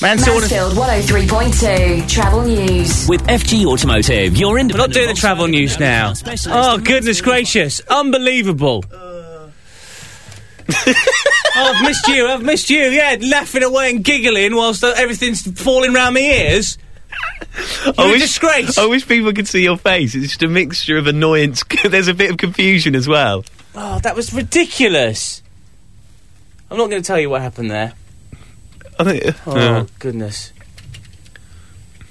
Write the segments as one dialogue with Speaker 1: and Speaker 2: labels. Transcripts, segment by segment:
Speaker 1: Mansfield.
Speaker 2: Mansfield 103.2 Travel News.
Speaker 3: With FG Automotive, you're in.
Speaker 1: We're not doing the travel news now. Oh, goodness gracious. Unbelievable. oh, I've missed you. I've missed you. Yeah, laughing away and giggling whilst uh, everything's falling round my ears. You're a disgrace.
Speaker 4: I wish people could see your face. It's just a mixture of annoyance. There's a bit of confusion as well.
Speaker 1: Oh, that was ridiculous. I'm not going to tell you what happened there.
Speaker 4: I think.
Speaker 1: Oh,
Speaker 4: Yeah.
Speaker 1: goodness.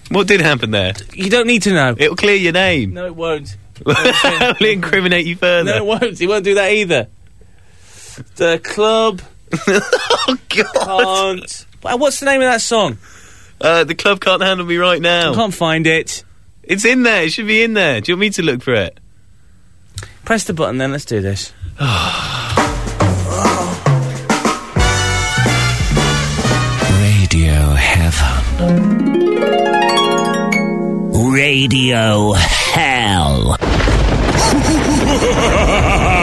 Speaker 4: What did happen there?
Speaker 1: You don't need to know.
Speaker 4: It'll clear your name.
Speaker 1: No, it won't.
Speaker 4: It'll incriminate you further.
Speaker 1: No, it won't. He won't do that either. The club
Speaker 4: Oh God!
Speaker 1: can't. Wow, What's the name of that song?
Speaker 4: Uh, the club can't handle me right now.
Speaker 1: Can't find it.
Speaker 4: It's in there. It should be in there. Do you want me to look for it?
Speaker 1: Press the button then, let's do this.
Speaker 3: Radio Heaven. Radio Hell.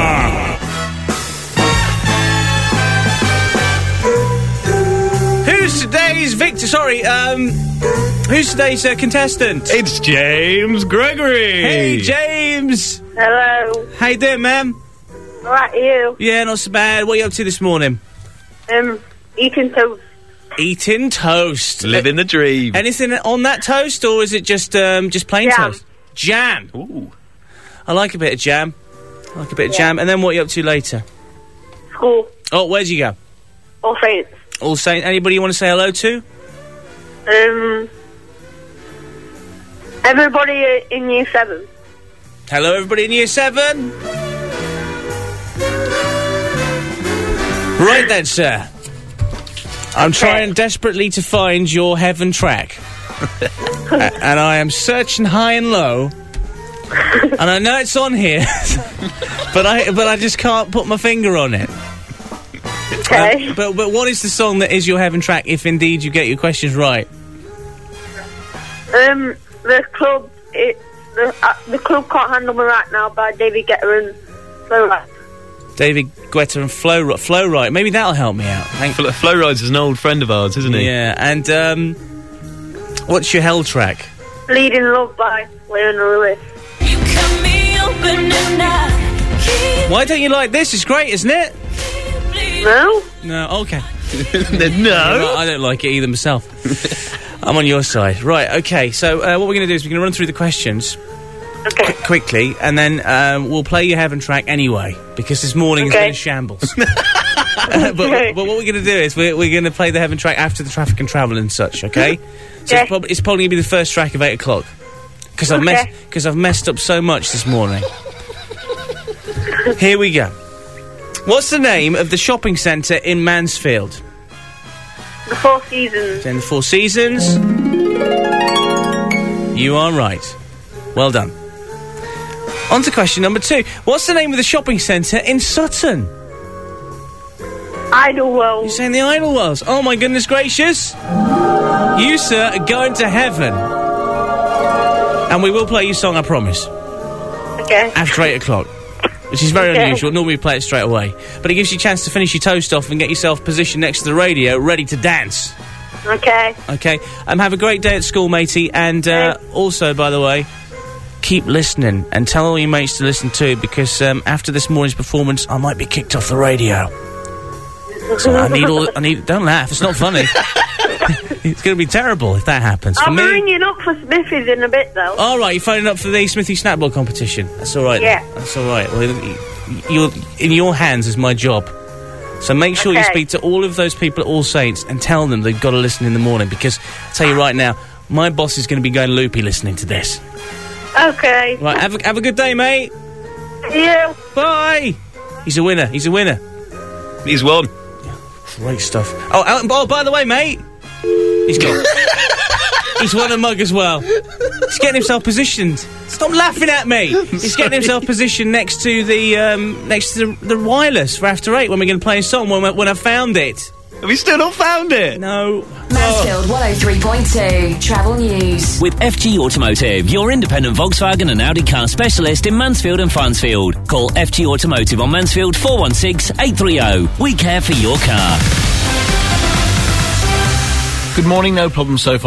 Speaker 1: Who's today's victor? Sorry, um, who's today's uh, contestant?
Speaker 4: It's James Gregory.
Speaker 1: Hey, James.
Speaker 5: Hello.
Speaker 1: How you doing, ma'am?
Speaker 5: All right, you.
Speaker 1: Yeah, not so bad. What are you up to this morning?
Speaker 5: Um, eating toast.
Speaker 1: Eating toast.
Speaker 4: Living the dream.
Speaker 1: Anything on that toast, or is it just um, just plain
Speaker 5: Jam.
Speaker 1: toast? Jam.
Speaker 4: Ooh.
Speaker 1: I like a bit of jam. I like a bit of jam. And then what are you up to later?
Speaker 5: School.
Speaker 1: Oh, where'd you go?
Speaker 5: All saints.
Speaker 1: All Saints. Anybody you want to say hello to?
Speaker 5: Um, everybody in year seven.
Speaker 1: Hello, everybody in Year Seven. Right then, sir. I'm trying desperately to find your heaven track, A- and I am searching high and low. and I know it's on here, but I but I just can't put my finger on it. Um,
Speaker 5: Okay.
Speaker 1: But but what is the song that is your heaven track? If indeed you get your questions right, Uh,
Speaker 5: Um, the club. It the uh, the club can't handle me right now by David Guetta and Flo Rida.
Speaker 1: David Guetta and Flow Ri- Flow Right, maybe that'll help me out. Thank
Speaker 4: Flo, Flo Rides is an old friend of ours, isn't he?
Speaker 1: Yeah, and um, what's your hell track?
Speaker 5: Leading love by Leona Lewis.
Speaker 6: You cut me open and I keep
Speaker 1: Why don't you like this? It's great, isn't it?
Speaker 6: bleeding.
Speaker 5: No.
Speaker 1: No, okay.
Speaker 4: no.
Speaker 1: Well, I don't like it either myself. I'm on your side. Right, okay. So, uh, what we're going to do is we're going to run through the questions
Speaker 5: Okay.
Speaker 1: quickly, and then um, we'll play your heaven track anyway, because this morning has
Speaker 5: Okay.
Speaker 1: been a shambles. Uh, but, but what we're going to do is we're, we're going to play the heaven track after the traffic and travel and such, okay? So,
Speaker 5: Okay.
Speaker 1: it's, prob- it's probably going to be the first track of 8 o'clock. Because I've,
Speaker 5: Okay.
Speaker 1: mess- 'cause I've messed up so much this morning. Here we go. What's the name of the shopping centre in Mansfield?
Speaker 5: The Four Seasons.
Speaker 1: Then the Four Seasons. You are right. Well done. On to question number two. What's the name of the shopping centre in Sutton?
Speaker 5: Idle World.
Speaker 1: You're saying the Idle Wells. Oh my goodness gracious. You, sir, are going to heaven. And we will play your song, I promise,
Speaker 5: Okay.
Speaker 1: after eight o'clock. Which is very
Speaker 5: Okay.
Speaker 1: unusual. Normally we play it straight away. But it gives you a chance to finish your toast off and get yourself positioned next to the radio, ready to dance.
Speaker 5: Okay.
Speaker 1: Okay. Um, have a great day at school, matey. And uh, also, by the way, keep listening and tell all your mates to listen too, because um, after this morning's performance, I might be kicked off the radio. So I need all. I need. Don't laugh. It's not funny. it's going to be terrible if that happens. For
Speaker 5: I'm
Speaker 1: me.
Speaker 5: ringing up for Smithies in a bit though.
Speaker 1: All right, you're phoning up for the Smithy Snapball competition. That's all right. then.
Speaker 5: Yeah.
Speaker 1: That's all right. Well, y- y- you're in your hands is my job. So make sure you
Speaker 5: Okay.
Speaker 1: speak to all of those people at All Saints and tell them they've got to listen in the morning because I tell you right now, my boss is going to be going loopy listening to this. Uh,
Speaker 5: Okay.
Speaker 1: Right, have a, have a good day, mate.
Speaker 5: Yeah.
Speaker 1: Bye. He's a winner. He's a winner.
Speaker 4: He's one.
Speaker 1: Great stuff. Oh, Alan, oh, by the way, mate, he's gone. he's won a mug as well. He's getting himself positioned. Stop laughing at me. He's getting himself positioned next to the um, next to the, the wireless for after eight when we're going to play a song when, we- when I found it.
Speaker 4: Have we still not found it?
Speaker 1: No.
Speaker 2: Mansfield 103.2 Travel News.
Speaker 3: With FG Automotive, your independent Volkswagen and Audi car specialist in Mansfield and Farnsfield. Call FG Automotive on Mansfield 416 830. We care for your car.
Speaker 4: Good morning, no problem so far.